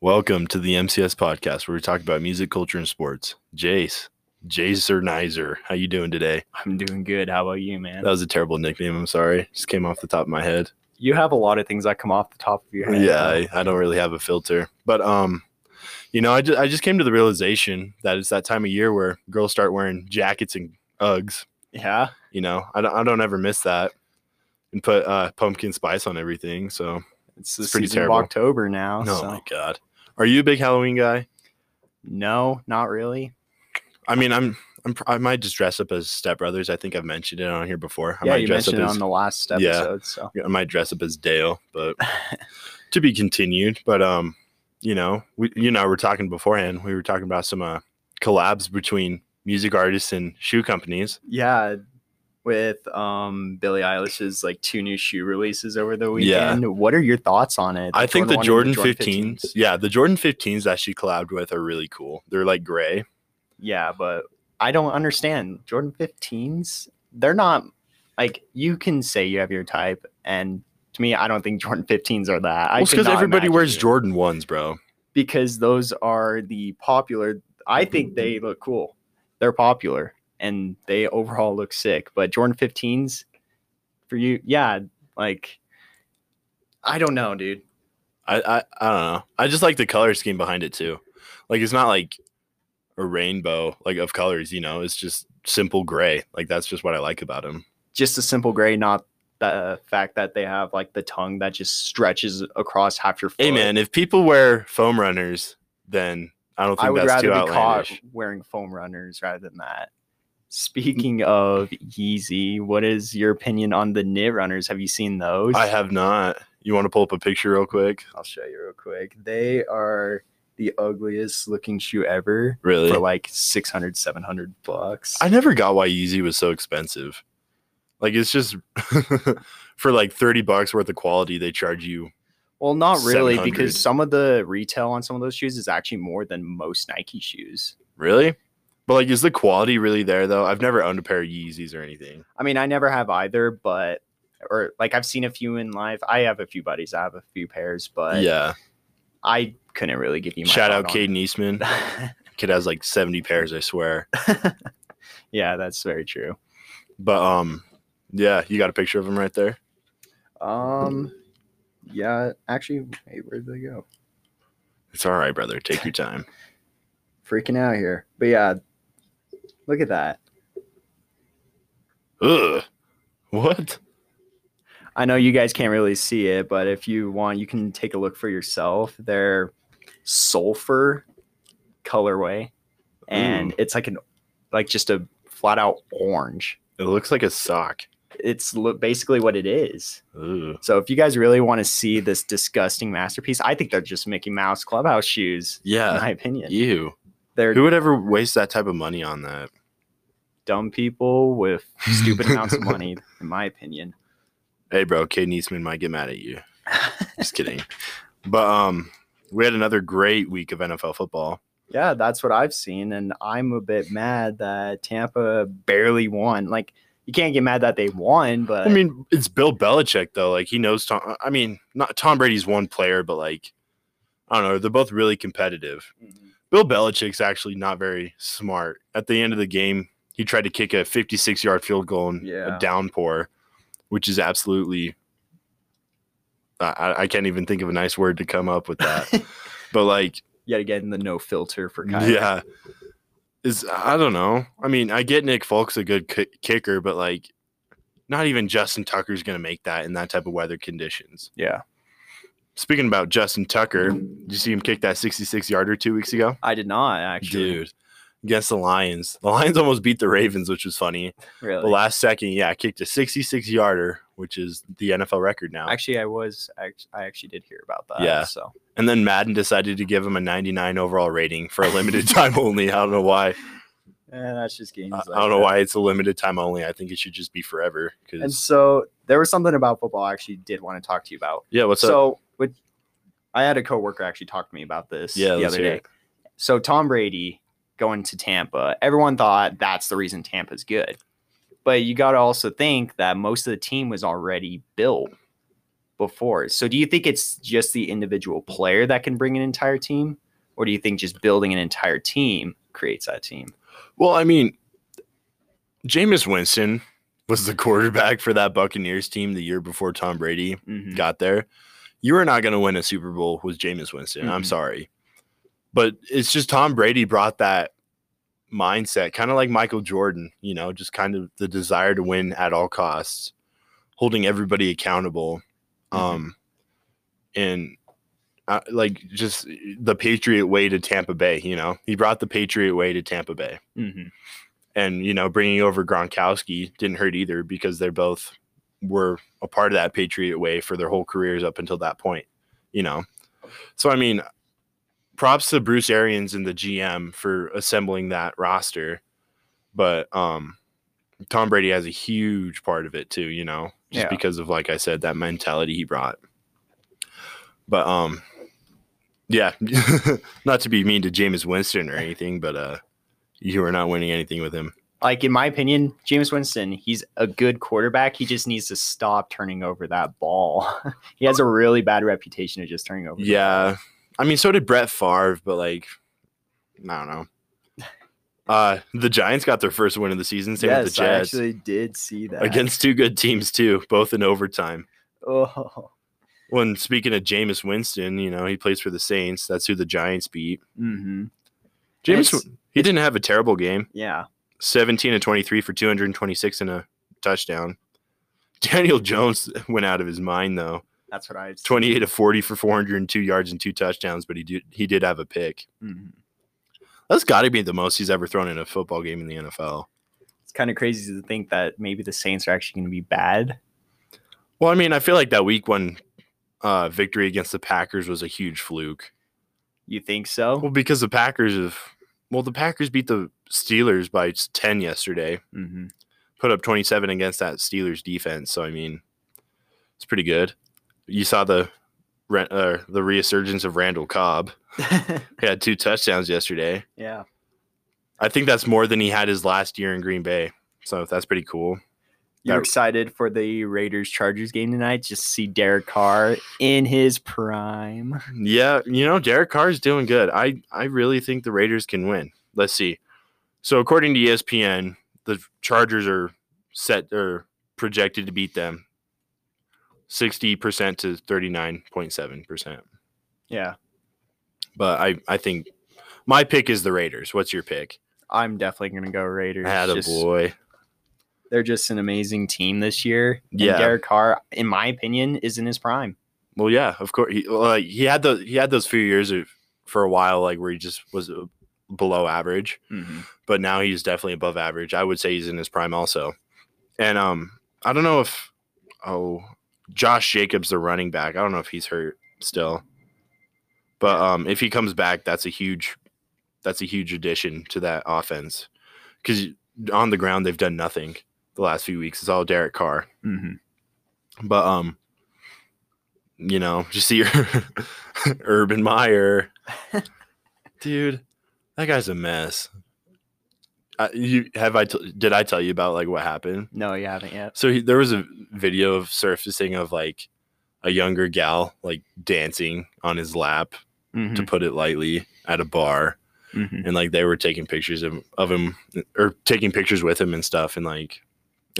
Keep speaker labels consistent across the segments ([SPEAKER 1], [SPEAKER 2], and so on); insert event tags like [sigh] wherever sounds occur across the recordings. [SPEAKER 1] Welcome to the MCS podcast where we talk about music, culture, and sports. Jace, Jacer Nizer, how you doing today?
[SPEAKER 2] I'm doing good. How about you, man?
[SPEAKER 1] That was a terrible nickname. I'm sorry. Just came off the top of my head.
[SPEAKER 2] You have a lot of things that come off the top of your head.
[SPEAKER 1] Yeah, I, I don't really have a filter. But um, you know, I just I just came to the realization that it's that time of year where girls start wearing jackets and Uggs.
[SPEAKER 2] Yeah.
[SPEAKER 1] You know, I don't I don't ever miss that. And put uh, pumpkin spice on everything. So
[SPEAKER 2] It's the
[SPEAKER 1] It's pretty
[SPEAKER 2] season
[SPEAKER 1] terrible.
[SPEAKER 2] of October now.
[SPEAKER 1] oh
[SPEAKER 2] so.
[SPEAKER 1] my god. Are you a big Halloween guy?
[SPEAKER 2] No, not really.
[SPEAKER 1] I mean, I'm I'm pr- I might just dress up as stepbrothers. I think I've mentioned it on here before. I
[SPEAKER 2] yeah,
[SPEAKER 1] might
[SPEAKER 2] you
[SPEAKER 1] dress
[SPEAKER 2] mentioned it
[SPEAKER 1] up as
[SPEAKER 2] on the last
[SPEAKER 1] Yeah.
[SPEAKER 2] episode. So
[SPEAKER 1] I might dress up as Dale, but
[SPEAKER 2] [laughs]
[SPEAKER 1] to be continued. But um, you know, we you know, we're talking beforehand. We were talking about some uh collabs between music artists and shoe companies.
[SPEAKER 2] yeah, with um Billie Eilish's like two new shoe releases over the
[SPEAKER 1] Yeah.
[SPEAKER 2] weekend. What are your thoughts on it?
[SPEAKER 1] I think the
[SPEAKER 2] 1
[SPEAKER 1] Jordan,
[SPEAKER 2] and
[SPEAKER 1] 15s, yeah, the Jordan 15s that she collabed with are really cool. They're like gray.
[SPEAKER 2] Yeah, but I don't understand. Jordan 15s, they're not like you can say you have your type and to me, I don't think Jordan 15s are that. I
[SPEAKER 1] Well, it's because
[SPEAKER 2] cannot
[SPEAKER 1] everybody
[SPEAKER 2] imagine
[SPEAKER 1] wears
[SPEAKER 2] you-
[SPEAKER 1] Jordan ones, bro.
[SPEAKER 2] because those are the popular. I think they look cool. They're popular and they overall look sick. But Jordan 15s for you, yeah, like I don't know, dude.
[SPEAKER 1] I, I I don't know. I just like the color scheme behind it too. Like it's not like a rainbow like of colors, you know. It's just simple gray. Like that's just what I like about them.
[SPEAKER 2] Just a simple gray, not the fact that they have like the tongue that just stretches across half your foot.
[SPEAKER 1] Hey man, if people wear foam runners, then I don't think
[SPEAKER 2] I would
[SPEAKER 1] that's
[SPEAKER 2] rather
[SPEAKER 1] too
[SPEAKER 2] be
[SPEAKER 1] outlandish.
[SPEAKER 2] caught wearing foam runners rather than that. Speaking of Yeezy, what is your opinion on the knit runners? Have you seen those?
[SPEAKER 1] I have not. You want to pull up a picture real quick?
[SPEAKER 2] I'll show you real quick. They are the ugliest looking shoe ever
[SPEAKER 1] Really?
[SPEAKER 2] for like 600, 700 bucks.
[SPEAKER 1] I never got why Yeezy was so expensive. Like it's just [laughs] for like 30 bucks worth of quality they charge you.
[SPEAKER 2] well, not really,
[SPEAKER 1] 700.
[SPEAKER 2] because some of the retail on some of those shoes is actually more than most Nike shoes.
[SPEAKER 1] Really? But like is the quality really there though? I've never owned a pair of Yeezys or anything.
[SPEAKER 2] I mean, I never have either, but, or like I've seen a few in life. I have a few buddies, I have a few pairs, but
[SPEAKER 1] yeah.
[SPEAKER 2] I couldn't really give you my
[SPEAKER 1] Shout out
[SPEAKER 2] thought on
[SPEAKER 1] Caden Eastman.
[SPEAKER 2] it.
[SPEAKER 1] Kid has like 70 pairs, I swear.
[SPEAKER 2] [laughs] yeah, that's very true.
[SPEAKER 1] But um yeah, you got a picture of him right there.
[SPEAKER 2] Um, yeah, actually, wait, where'd they go?
[SPEAKER 1] It's all right, brother. Take your time.
[SPEAKER 2] freaking out here. But yeah, look at that.
[SPEAKER 1] Ugh. What?
[SPEAKER 2] I know you guys can't really see it, but if you want, you can take a look for yourself. They're sulfur colorway, and
[SPEAKER 1] Ooh.
[SPEAKER 2] it's like an like just a flat out orange.
[SPEAKER 1] It looks like a sock.
[SPEAKER 2] It's lo- basically what it is.
[SPEAKER 1] Ooh.
[SPEAKER 2] So if you guys really want to see this disgusting masterpiece, I think they're just Mickey Mouse clubhouse shoes. In
[SPEAKER 1] Yeah.
[SPEAKER 2] my opinion,
[SPEAKER 1] Ew.
[SPEAKER 2] they're
[SPEAKER 1] Uh, Who would ever waste that type of money on that?
[SPEAKER 2] dumb people with stupid
[SPEAKER 1] [laughs]
[SPEAKER 2] amounts of money. In my opinion,
[SPEAKER 1] Hey, bro, Kate Eastman might get mad at you. Just kidding. But um, we had another great week of NFL football.
[SPEAKER 2] Yeah, that's what I've seen, and I'm a bit mad that Tampa barely won. Like, you can't get mad that they won, but
[SPEAKER 1] I mean, it's Bill Belichick though. Like he knows Tom. I mean, not Tom Brady's one player, but like I don't know. They're both really competitive. Bill Belichick's actually not very smart. At the end of the game, he tried to kick a 56 yard field goal in
[SPEAKER 2] Yeah.
[SPEAKER 1] a downpour, which is absolutely. I- I, I can't even think of a nice word to come up with that. but like,
[SPEAKER 2] yet again, the no filter for Kyler.
[SPEAKER 1] yeah, is I don't know. I mean, I get Nick Folk's a good ki- kicker, but like, not even Justin Tucker's going to make that in that type of weather conditions.
[SPEAKER 2] yeah.
[SPEAKER 1] Speaking about Justin Tucker, did you see him kick that 66 yarder two weeks ago?
[SPEAKER 2] I did not actually.
[SPEAKER 1] dude against the lions the lions almost beat the ravens which was funny the
[SPEAKER 2] really.
[SPEAKER 1] last second yeah kicked a 66 yarder which is the nfl record now
[SPEAKER 2] Actually, I was. act- I actually did hear about that.
[SPEAKER 1] Yeah.
[SPEAKER 2] So
[SPEAKER 1] and then madden decided to give him a 99 overall rating for a
[SPEAKER 2] [laughs]
[SPEAKER 1] limited time only i don't know why
[SPEAKER 2] eh, that's just games.
[SPEAKER 1] i, I
[SPEAKER 2] like
[SPEAKER 1] don't know
[SPEAKER 2] that.
[SPEAKER 1] why it's a limited time only i think it should just be forever
[SPEAKER 2] And
[SPEAKER 1] because
[SPEAKER 2] so there was something about football I actually did want to talk to you about.
[SPEAKER 1] yeah what's up
[SPEAKER 2] so with I had a coworker actually talk to me about this
[SPEAKER 1] Yeah,
[SPEAKER 2] the
[SPEAKER 1] let's
[SPEAKER 2] other
[SPEAKER 1] hear
[SPEAKER 2] day.
[SPEAKER 1] it.
[SPEAKER 2] So Tom Brady going to Tampa, everyone thought that's the reason Tampa's good. But you got to also think that most of the team was already built. before. So do you think it's just the individual player that can bring an entire team? Or do you think just building an entire team creates that team?
[SPEAKER 1] Well, I mean, Jameis Winston was the quarterback for that Buccaneers team the year before Tom Brady
[SPEAKER 2] Mhm.
[SPEAKER 1] Mm-hmm. got there. You are not going to win a Super Bowl with Jameis Winston. I'm
[SPEAKER 2] Mhm.
[SPEAKER 1] sorry. But it's just Tom Brady brought that mindset, kind of like Michael Jordan, you know, just kind of the desire to win at all costs, holding everybody accountable.
[SPEAKER 2] Mhm.
[SPEAKER 1] Um, and uh, like just the Patriot way to Tampa Bay, you know, he brought the Patriot way to Tampa Bay
[SPEAKER 2] Mhm.
[SPEAKER 1] and you know bringing over Gronkowski didn't hurt either because they're both were a part of that Patriot way for their whole careers up until that point, you know. So I mean, props to Bruce Arians and the GM for assembling that roster, but um Tom Brady has a huge part of it too, you know, just
[SPEAKER 2] Yeah.
[SPEAKER 1] because of like I said that mentality he brought. But um yeah, [laughs] not to be mean to Jameis Winston or anything, but uh you are not winning anything with him.
[SPEAKER 2] Like in my opinion, James Winston, he's a good quarterback. He just needs to stop turning over that ball. [laughs] he has a really bad reputation of just turning over. the
[SPEAKER 1] Yeah. I mean, so did Brett Favre, but like, I don't know. Uh, the Giants got their first win of the season,
[SPEAKER 2] ball.
[SPEAKER 1] same with
[SPEAKER 2] Yes,
[SPEAKER 1] the
[SPEAKER 2] I
[SPEAKER 1] Jets.
[SPEAKER 2] actually did see that.
[SPEAKER 1] Against two good teams, too, both in overtime.
[SPEAKER 2] oh.
[SPEAKER 1] When speaking of Jameis Winston, you know, he plays for the Saints. That's who the Giants beat.
[SPEAKER 2] hmm
[SPEAKER 1] Jameis,
[SPEAKER 2] It's-
[SPEAKER 1] he didn't have a terrible game
[SPEAKER 2] Yeah.
[SPEAKER 1] 17 and 23 for 226 and a touchdown. Daniel Jones [laughs] went out of his mind, though.
[SPEAKER 2] That's what I was
[SPEAKER 1] 28 to 40 for 402 yards and two touchdowns, but he did, he did have a pick.
[SPEAKER 2] Mhm.
[SPEAKER 1] That's got to be the most he's ever thrown in a football game in the NFL.
[SPEAKER 2] It's kind of crazy to think that maybe the Saints are actually going to be bad.
[SPEAKER 1] Well, I mean, I feel like that week one uh, victory against the Packers was a huge fluke.
[SPEAKER 2] You think so?
[SPEAKER 1] Well, because the Packers have, well, the Packers beat the Steelers by 10 yesterday,
[SPEAKER 2] hmm
[SPEAKER 1] [laughs] put up 27 against that Steelers defense. So, I mean, it's pretty good. You saw the re- uh, the resurgence of Randall Cobb. He had two touchdowns yesterday.
[SPEAKER 2] [laughs] yeah.
[SPEAKER 1] I think that's more than he had his last year in Green Bay. So that's pretty cool.
[SPEAKER 2] You're
[SPEAKER 1] That-
[SPEAKER 2] excited for the Raiders Chargers game tonight. Just to see Derek Carr in his prime. [laughs]
[SPEAKER 1] Yeah, you know, Derek Carr is doing good. I I really think the Raiders can win. Let's see. So according to E ESPN, the Chargers are set or projected to beat them 60% to 39.7%.
[SPEAKER 2] Yeah.
[SPEAKER 1] But I I think my pick is the Raiders. What's your pick?
[SPEAKER 2] I'm definitely going to go Raiders. Just-
[SPEAKER 1] Attaboy.
[SPEAKER 2] They're just an amazing team this year. And
[SPEAKER 1] Yeah.
[SPEAKER 2] Derek Carr, in my opinion, is in his prime.
[SPEAKER 1] Well, yeah, of course. He like he had those he had those few years of, for a while like where he just was uh, below average. but now he's definitely above average. I would say he's in his prime also. And um, I don't know if oh Josh Jacobs, the running back, I don't know if he's hurt still. But um, if he comes back, that's a huge that's a huge addition to that offense because on the ground they've done nothing the last few weeks. It's all Derek Carr.
[SPEAKER 2] hmm
[SPEAKER 1] But um, you know, just see your [laughs] Urban Meyer, dude. That guy's a mess. I, you have I t- did I tell you about like what happened?
[SPEAKER 2] No, you haven't yet.
[SPEAKER 1] So he, there was a video of surfacing of like a younger gal like dancing on his lap, to put it lightly, at a bar,
[SPEAKER 2] Mhm.
[SPEAKER 1] and like they were taking pictures of, of him or taking pictures with him and stuff, and like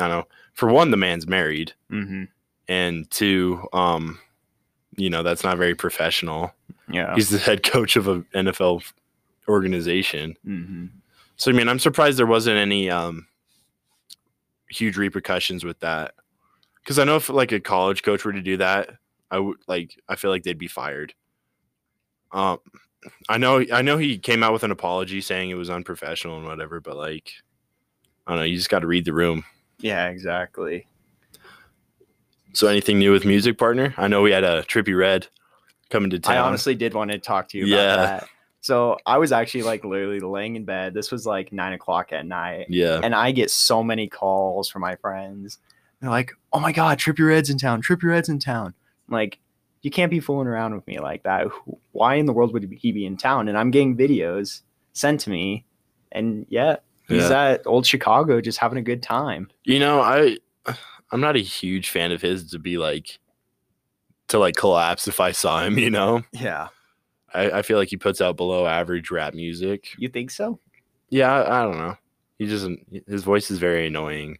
[SPEAKER 1] I don't know. For one, the man's married Mm-hmm.
[SPEAKER 2] Mhm.
[SPEAKER 1] and two, um, you know, that's not very professional.
[SPEAKER 2] Yeah.
[SPEAKER 1] He's the head coach of an NFL organization.
[SPEAKER 2] hmm
[SPEAKER 1] So I mean, I'm surprised there wasn't any um huge repercussions with that. Cuz I know if like a college coach were to do that, I would like I feel like they'd be fired. Um I know I know he came out with an apology saying it was unprofessional and whatever, but like I don't know, you just got to read the room.
[SPEAKER 2] Yeah, exactly.
[SPEAKER 1] So anything new with music partner? I know we had a Trippy Red coming to town.
[SPEAKER 2] I honestly did want to talk to you
[SPEAKER 1] Yeah.
[SPEAKER 2] about that. So I was actually like literally laying in bed. This was like nine o'clock at night.
[SPEAKER 1] yeah.
[SPEAKER 2] And I get so many calls from my friends. They're like, oh my God, Trip Your Ed's in town. Trip Your Ed's in town. I'm like, you can't be fooling around with me like that. Who- Why in the world would he be in town? And I'm getting videos sent to me. And yeah, he's at old Chicago just having a good time.
[SPEAKER 1] You know, I I'm not a huge fan of his to be like to like collapse if I saw him, [laughs] you know?
[SPEAKER 2] Yeah.
[SPEAKER 1] I, I feel like he puts out below average rap music.
[SPEAKER 2] You think so?
[SPEAKER 1] Yeah, I, I don't know. He just his voice is very annoying.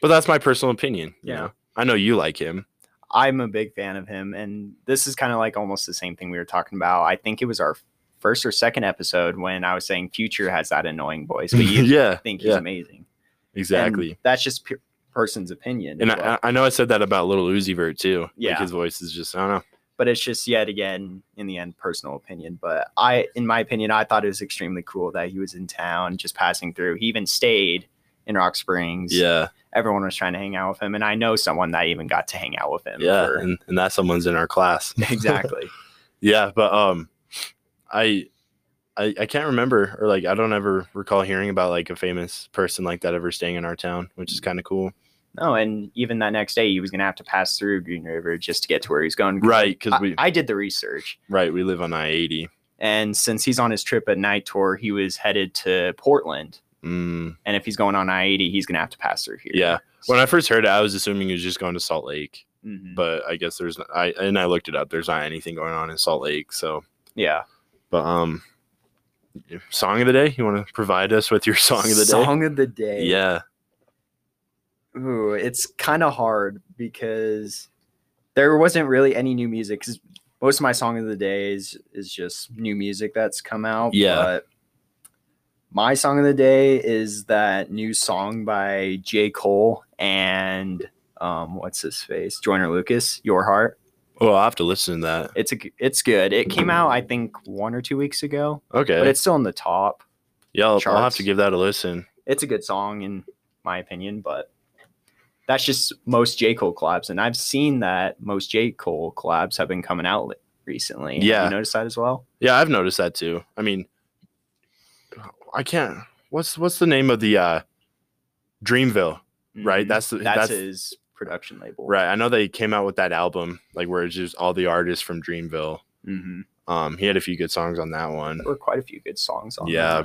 [SPEAKER 1] But that's my personal opinion. you
[SPEAKER 2] Yeah.
[SPEAKER 1] know? I know you like him.
[SPEAKER 2] I'm a big fan of him. And this is kind of like almost the same thing we were talking about. I think it was our first or second episode when I was saying Future has that annoying voice, but [laughs] you
[SPEAKER 1] [laughs] yeah.
[SPEAKER 2] think he's
[SPEAKER 1] yeah,
[SPEAKER 2] amazing.
[SPEAKER 1] exactly.
[SPEAKER 2] And that's just per- person's opinion.
[SPEAKER 1] And
[SPEAKER 2] as well.
[SPEAKER 1] I, I know I said that about Little Uzi Vert too. Like,
[SPEAKER 2] Yeah.
[SPEAKER 1] his voice is just I don't know.
[SPEAKER 2] but it's just yet again in the end personal opinion but i in my opinion i thought it was extremely cool that he was in town just passing through he even stayed in rock springs
[SPEAKER 1] Yeah,
[SPEAKER 2] everyone was trying to hang out with him and i know someone that even got to hang out with him
[SPEAKER 1] yeah, [laughs]
[SPEAKER 2] for-
[SPEAKER 1] and, and that someone's in our
[SPEAKER 2] [laughs]
[SPEAKER 1] class. [laughs]
[SPEAKER 2] exactly
[SPEAKER 1] yeah, but um, I, I I can't remember or like I don't ever recall hearing about like a famous person like that ever staying in our town, which is kind of cool,
[SPEAKER 2] no and even that next day he was going to have to pass through green river just to get to where he's going
[SPEAKER 1] right? Because
[SPEAKER 2] I-
[SPEAKER 1] we
[SPEAKER 2] I did the research
[SPEAKER 1] right we live on I eighty.
[SPEAKER 2] and since he's on his trip at night tour he was headed to portland
[SPEAKER 1] Mm,
[SPEAKER 2] and if he's going on i-80 he's going to have to pass through here
[SPEAKER 1] yeah, when I first heard it, I was assuming he was just going to Salt Lake,
[SPEAKER 2] Mhm.
[SPEAKER 1] but I guess there's I and I looked it up. There's not anything going on in Salt Lake, so
[SPEAKER 2] yeah
[SPEAKER 1] but um, song of the day. You want to provide us with your song of the
[SPEAKER 2] song of the
[SPEAKER 1] day?
[SPEAKER 2] day
[SPEAKER 1] Yeah,
[SPEAKER 2] Ooh, it's kind of hard because there wasn't really any new music. 'cause most of my song of the days is just new music that's come out.
[SPEAKER 1] Yeah.
[SPEAKER 2] But my song of the day is that new song by J. Cole and um, what's his face, Joyner Lucas, Your Heart.
[SPEAKER 1] well I will have to listen to that.
[SPEAKER 2] It's a, g- it's good. It came out I think one or two weeks ago,
[SPEAKER 1] Okay,
[SPEAKER 2] but it's still in the top.
[SPEAKER 1] yeah, I'll, I'll have
[SPEAKER 2] charts.
[SPEAKER 1] to give that a listen.
[SPEAKER 2] it's a good song in my opinion, but that's just most J. Cole collabs. And I've seen that most J. Cole collabs have been coming out li- recently. Have
[SPEAKER 1] Yeah.
[SPEAKER 2] You noticed that as well?
[SPEAKER 1] Yeah, I've noticed that too. I mean, I can't. What's what's the name of the uh Dreamville? Right,
[SPEAKER 2] Mhm.
[SPEAKER 1] that's the-
[SPEAKER 2] that's,
[SPEAKER 1] that's-
[SPEAKER 2] his production label.
[SPEAKER 1] Right. I know they came out with that album, like where it's just all the artists from Dreamville.
[SPEAKER 2] hmm
[SPEAKER 1] Um, he had a few good songs on that one.
[SPEAKER 2] There were quite a few good songs on
[SPEAKER 1] Yeah.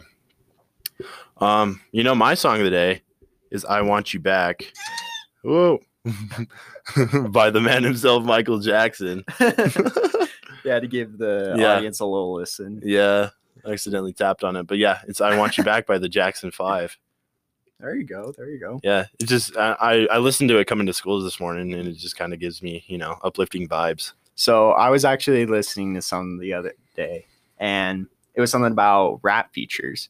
[SPEAKER 2] that.
[SPEAKER 1] Um, you know, my song of the day is "I Want You Back." Whoa. [laughs] By the man himself, Michael Jackson.
[SPEAKER 2] yeah, to give the
[SPEAKER 1] Yeah.
[SPEAKER 2] audience a little listen.
[SPEAKER 1] Yeah, I accidentally tapped on it, but yeah, it's "I Want You Back" by the Jackson Five.
[SPEAKER 2] There you go. There you go.
[SPEAKER 1] Yeah, it just I I- I listened to it coming to school this morning, and it just kind of gives me you know uplifting vibes.
[SPEAKER 2] So I was actually listening to some the other day, and it was something about rap features,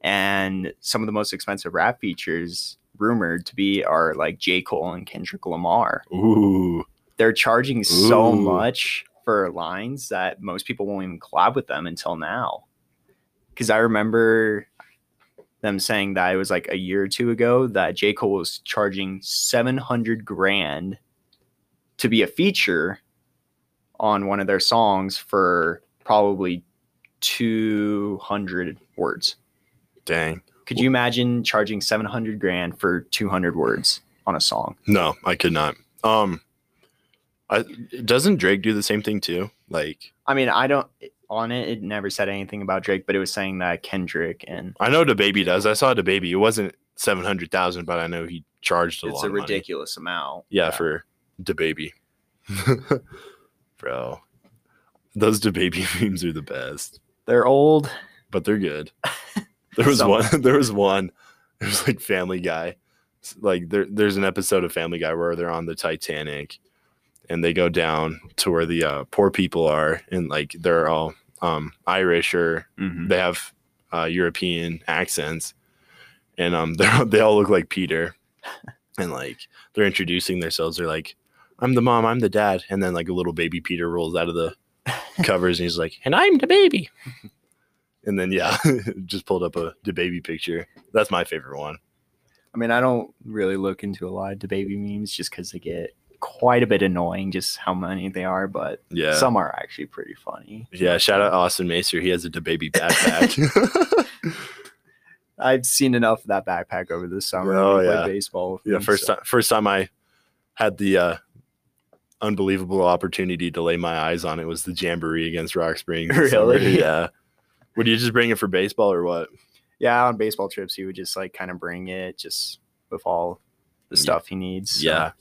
[SPEAKER 2] and some of the most expensive rap features rumored to be are like J Cole and Kendrick Lamar.
[SPEAKER 1] Ooh,
[SPEAKER 2] They're charging so
[SPEAKER 1] Ooh.
[SPEAKER 2] much for lines that most people won't even collab with them until now. Because I remember them saying that it was like a year or two ago that J Cole was charging seven hundred grand to be a feature on one of their songs for probably 200 words.
[SPEAKER 1] dang!
[SPEAKER 2] Could you imagine charging 700 grand for 200 words on a song?
[SPEAKER 1] No, I could not. Um, I doesn't Drake do the same thing too? Like
[SPEAKER 2] I mean, I don't on it it never said anything about Drake, but it was saying that Kendrick and
[SPEAKER 1] I know the baby does. I saw the baby. It wasn't seven hundred thousand, but I know he charged a lot.
[SPEAKER 2] it's a
[SPEAKER 1] of money.
[SPEAKER 2] ridiculous amount.
[SPEAKER 1] Yeah, for the baby, bro. Those the baby [laughs] memes are the best.
[SPEAKER 2] they're old.
[SPEAKER 1] but they're good. There was
[SPEAKER 2] Some.
[SPEAKER 1] one. [laughs] There was one. There was like Family Guy. S- Like there, there's an episode of Family Guy where they're on the Titanic, and they go down to where the uh, poor people are, and like they're all um, Irish or they have uh, European accents, and um, [laughs] they are they all look like Peter, and like they're introducing themselves. They're like, "I'm the mom. I'm the dad," and then like a little baby Peter rolls out of the covers, and he's like, "And I'm the baby." And then yeah, [laughs] just pulled up a the baby picture. That's my favorite one.
[SPEAKER 2] I mean, I don't really look into a lot of baby memes just because they get quite a bit annoying, just how many they are. But
[SPEAKER 1] Yeah.
[SPEAKER 2] some are actually pretty funny.
[SPEAKER 1] yeah, shout out Austin Macer. He has a baby backpack.
[SPEAKER 2] I've seen enough of that backpack over the summer.
[SPEAKER 1] Oh,
[SPEAKER 2] We played
[SPEAKER 1] yeah.
[SPEAKER 2] baseball. with
[SPEAKER 1] yeah,
[SPEAKER 2] him,
[SPEAKER 1] first
[SPEAKER 2] Mm, so-
[SPEAKER 1] time first time I had the uh unbelievable opportunity to lay my eyes on it was the jamboree against Rock
[SPEAKER 2] [laughs]
[SPEAKER 1] Springs. this summer.
[SPEAKER 2] Really?
[SPEAKER 1] [laughs] Yeah. Would you just bring it for baseball or what?
[SPEAKER 2] Yeah, on baseball trips, he would just like kind of bring it just with all the
[SPEAKER 1] Ye-
[SPEAKER 2] stuff he needs. so-
[SPEAKER 1] Yeah.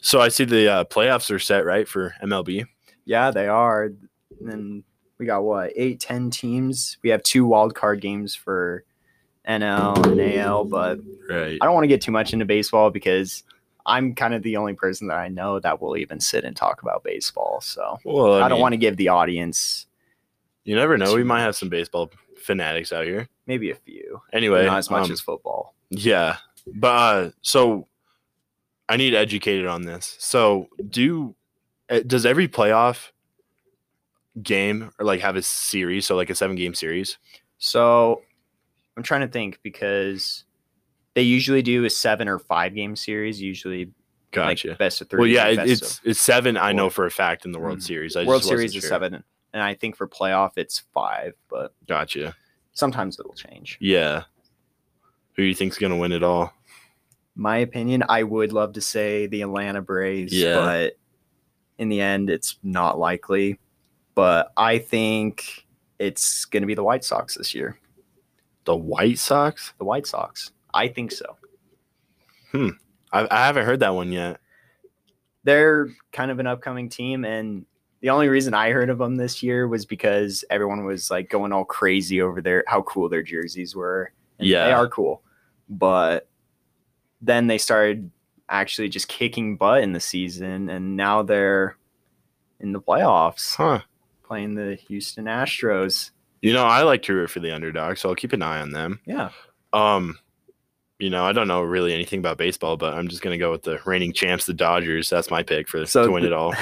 [SPEAKER 1] So I see the uh, playoffs are set right for MLB.
[SPEAKER 2] Yeah, they are. And then we got what eight, ten teams. We have two wild card games for NL and AL, but
[SPEAKER 1] Right.
[SPEAKER 2] I don't want to get too much into baseball because I'm kind of the only person that I know that will even sit and talk about baseball. So
[SPEAKER 1] Well,
[SPEAKER 2] I,
[SPEAKER 1] I, want.
[SPEAKER 2] don't want to give the audience
[SPEAKER 1] You never know. We might have some baseball fanatics out here.
[SPEAKER 2] maybe a few,
[SPEAKER 1] Anyway,
[SPEAKER 2] not as much
[SPEAKER 1] um,
[SPEAKER 2] as football.
[SPEAKER 1] Yeah. But uh, so I need educated on this. So do uh, does every playoff game or like have a series, so like a seven game series?
[SPEAKER 2] So I'm trying to think because they usually do a seven or five game series, usually
[SPEAKER 1] Gotcha.
[SPEAKER 2] like best of three.
[SPEAKER 1] well, yeah,
[SPEAKER 2] or
[SPEAKER 1] it,
[SPEAKER 2] best of-
[SPEAKER 1] it's it's seven. I know
[SPEAKER 2] four.
[SPEAKER 1] for a fact in the World
[SPEAKER 2] Mhm.
[SPEAKER 1] Series. I
[SPEAKER 2] World
[SPEAKER 1] just wasn't
[SPEAKER 2] Series is
[SPEAKER 1] sure.
[SPEAKER 2] seven, and I think for playoff it's five, but
[SPEAKER 1] Gotcha.
[SPEAKER 2] sometimes it'll change.
[SPEAKER 1] Yeah. Who you think's gonna win it all?
[SPEAKER 2] My opinion, I would love to say the Atlanta Braves,
[SPEAKER 1] Yeah.
[SPEAKER 2] but in the end, it's not likely. But I think it's going to be the White Sox this year.
[SPEAKER 1] The White Sox?
[SPEAKER 2] The White Sox, I think so.
[SPEAKER 1] I, I haven't heard that one yet.
[SPEAKER 2] They're kind of an upcoming team, and the only reason I heard of them this year was because everyone was like going all crazy over their how cool their jerseys were. And
[SPEAKER 1] Yeah.
[SPEAKER 2] they are cool, but then they started actually just kicking butt in the season, and now they're in the playoffs
[SPEAKER 1] Huh.
[SPEAKER 2] playing the Houston Astros.
[SPEAKER 1] You know, I like to root for the underdog, so I'll keep an eye on them.
[SPEAKER 2] Yeah,
[SPEAKER 1] Um, you know, I don't know really anything about baseball, but I'm just gonna go with the reigning champs, the Dodgers. That's my pick for
[SPEAKER 2] So
[SPEAKER 1] to win
[SPEAKER 2] the-
[SPEAKER 1] it
[SPEAKER 2] [laughs]
[SPEAKER 1] all.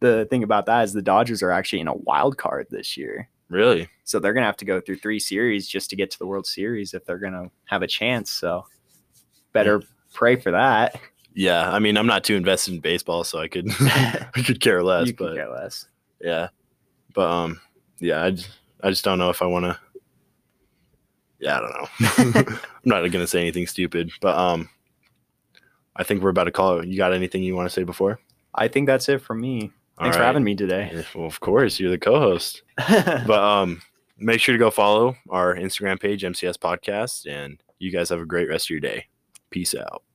[SPEAKER 2] the thing about that is the Dodgers are actually in a wild card this year.
[SPEAKER 1] Really?
[SPEAKER 2] So they're going to have to go through three series just to get to the World Series if they're going to have a chance. So better pray for that.
[SPEAKER 1] Yeah. I mean, I'm not too invested in baseball, so I
[SPEAKER 2] [laughs]
[SPEAKER 1] could [laughs] I could care less.
[SPEAKER 2] you
[SPEAKER 1] but
[SPEAKER 2] could care less.
[SPEAKER 1] yeah, but um, yeah, I just, I just don't know if I want to. Yeah, I don't know. [laughs] I'm not gonna say anything stupid, but um, I think we're about to call it. You got anything you want to say before?
[SPEAKER 2] I think that's it from me.
[SPEAKER 1] All
[SPEAKER 2] Thanks for
[SPEAKER 1] right.
[SPEAKER 2] having me today. [laughs]
[SPEAKER 1] Yeah, Well, of course, you're the co-host. [laughs] but um make sure to go follow our instagram page mcs podcast and you guys have a great rest of your day peace out